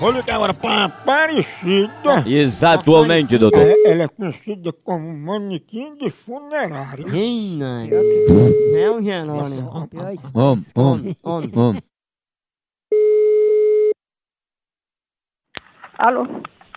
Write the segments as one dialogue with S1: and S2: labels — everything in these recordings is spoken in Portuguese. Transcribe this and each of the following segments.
S1: Vou ligar agora pra Aparecida.
S2: Exatamente, doutor.
S1: É, ela é conhecida como manequim de funerários.
S3: Reina. Não, Genônimo.
S2: Homem, homem,
S3: Homem.
S2: homem.
S4: Alô?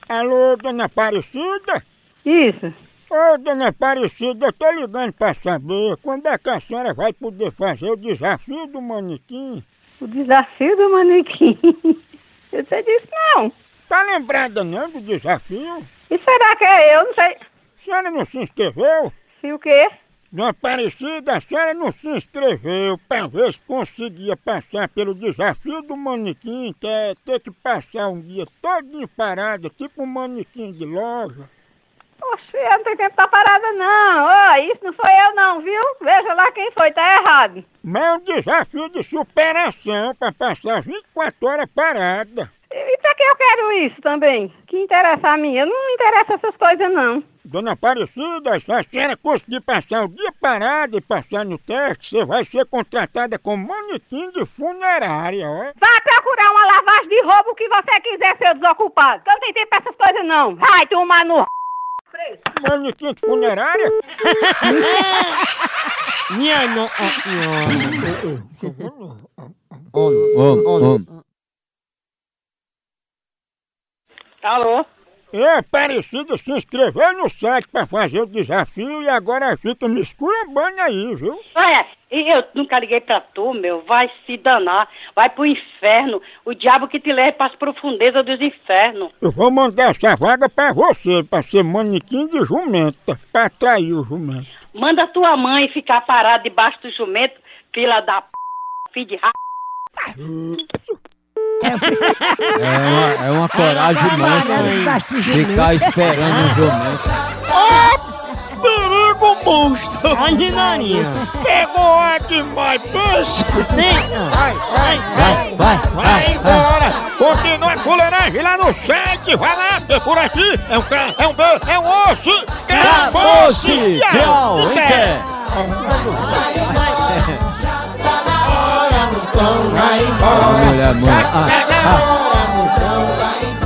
S1: Alô, dona Aparecida?
S4: Isso.
S1: Ô, dona Aparecida, eu tô ligando pra saber quando é que a senhora vai poder fazer o desafio do manequim.
S4: O desafio do manequim. Eu sei disso, não.
S1: Tá lembrada não do desafio?
S4: E será que é eu? Não sei.
S1: A senhora não se inscreveu?
S4: Se o quê?
S1: Dona Aparecida, a senhora não se inscreveu pra ver se conseguia passar pelo desafio do manequim, que é ter que passar um dia todo parada, tipo um manequim de loja.
S4: Oxe, eu não tenho tempo pra parada, não. Ó, isso não foi eu, não, viu? Veja lá quem foi, tá errado.
S1: Mas é um desafio de superação pra passar 24 horas parada.
S4: E, e pra que eu quero isso também? Que interessa a mim? Eu não me interessa essas coisas, não.
S1: Dona Aparecida, se a senhora conseguir passar o dia parada e passar no teste, você vai ser contratada como manequim de funerária, ó.
S4: Vá procurar uma lavagem de roubo que você quiser, seu desocupado. Que eu não tenho tempo pra essas coisas, não. Vai tomar no... r- Preso.
S1: Manequim de funerária?
S3: Minha no... Homem.
S2: Homem, homem.
S4: Alô?
S1: É, Aparecida se inscreveu no site pra fazer o desafio e agora fica me esculhambando aí, viu?
S5: Vai, Ah, é. e eu nunca liguei pra tu, meu. Vai se danar. Vai pro inferno. O diabo que te leva pras profundezas dos infernos.
S1: Eu vou mandar essa vaga pra você, pra ser manequim de jumenta, pra atrair o jumento.
S5: Manda tua mãe ficar parada debaixo do jumento, fila da p, filho de ra...
S2: É uma, é uma coragem imensa. Ficar esperando o jumento.
S1: Perigo monstro!
S3: Ai, Renaninha.
S1: Pegou a demais, pensa!
S3: Senta.
S1: Vai, vai,
S2: Vai, vai,
S1: Vai
S2: vai, vai.
S1: embora! Continua a fuleiragem lá no site! Vai lá, tem por aqui! É um K, é um B, é um osso!
S2: Acabou-se! Tchau, hein,
S1: Inter!
S2: Té? Olha, mano. Ah, ah.